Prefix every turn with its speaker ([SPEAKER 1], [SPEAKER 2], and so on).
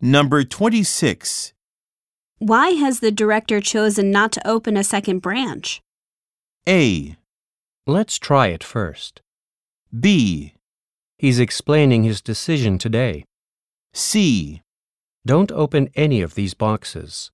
[SPEAKER 1] Number 26.
[SPEAKER 2] Why has the director chosen not to open a second branch?
[SPEAKER 1] A.
[SPEAKER 3] Let's try it first.
[SPEAKER 1] B.
[SPEAKER 3] He's explaining his decision today.
[SPEAKER 1] C.
[SPEAKER 3] Don't open any of these boxes.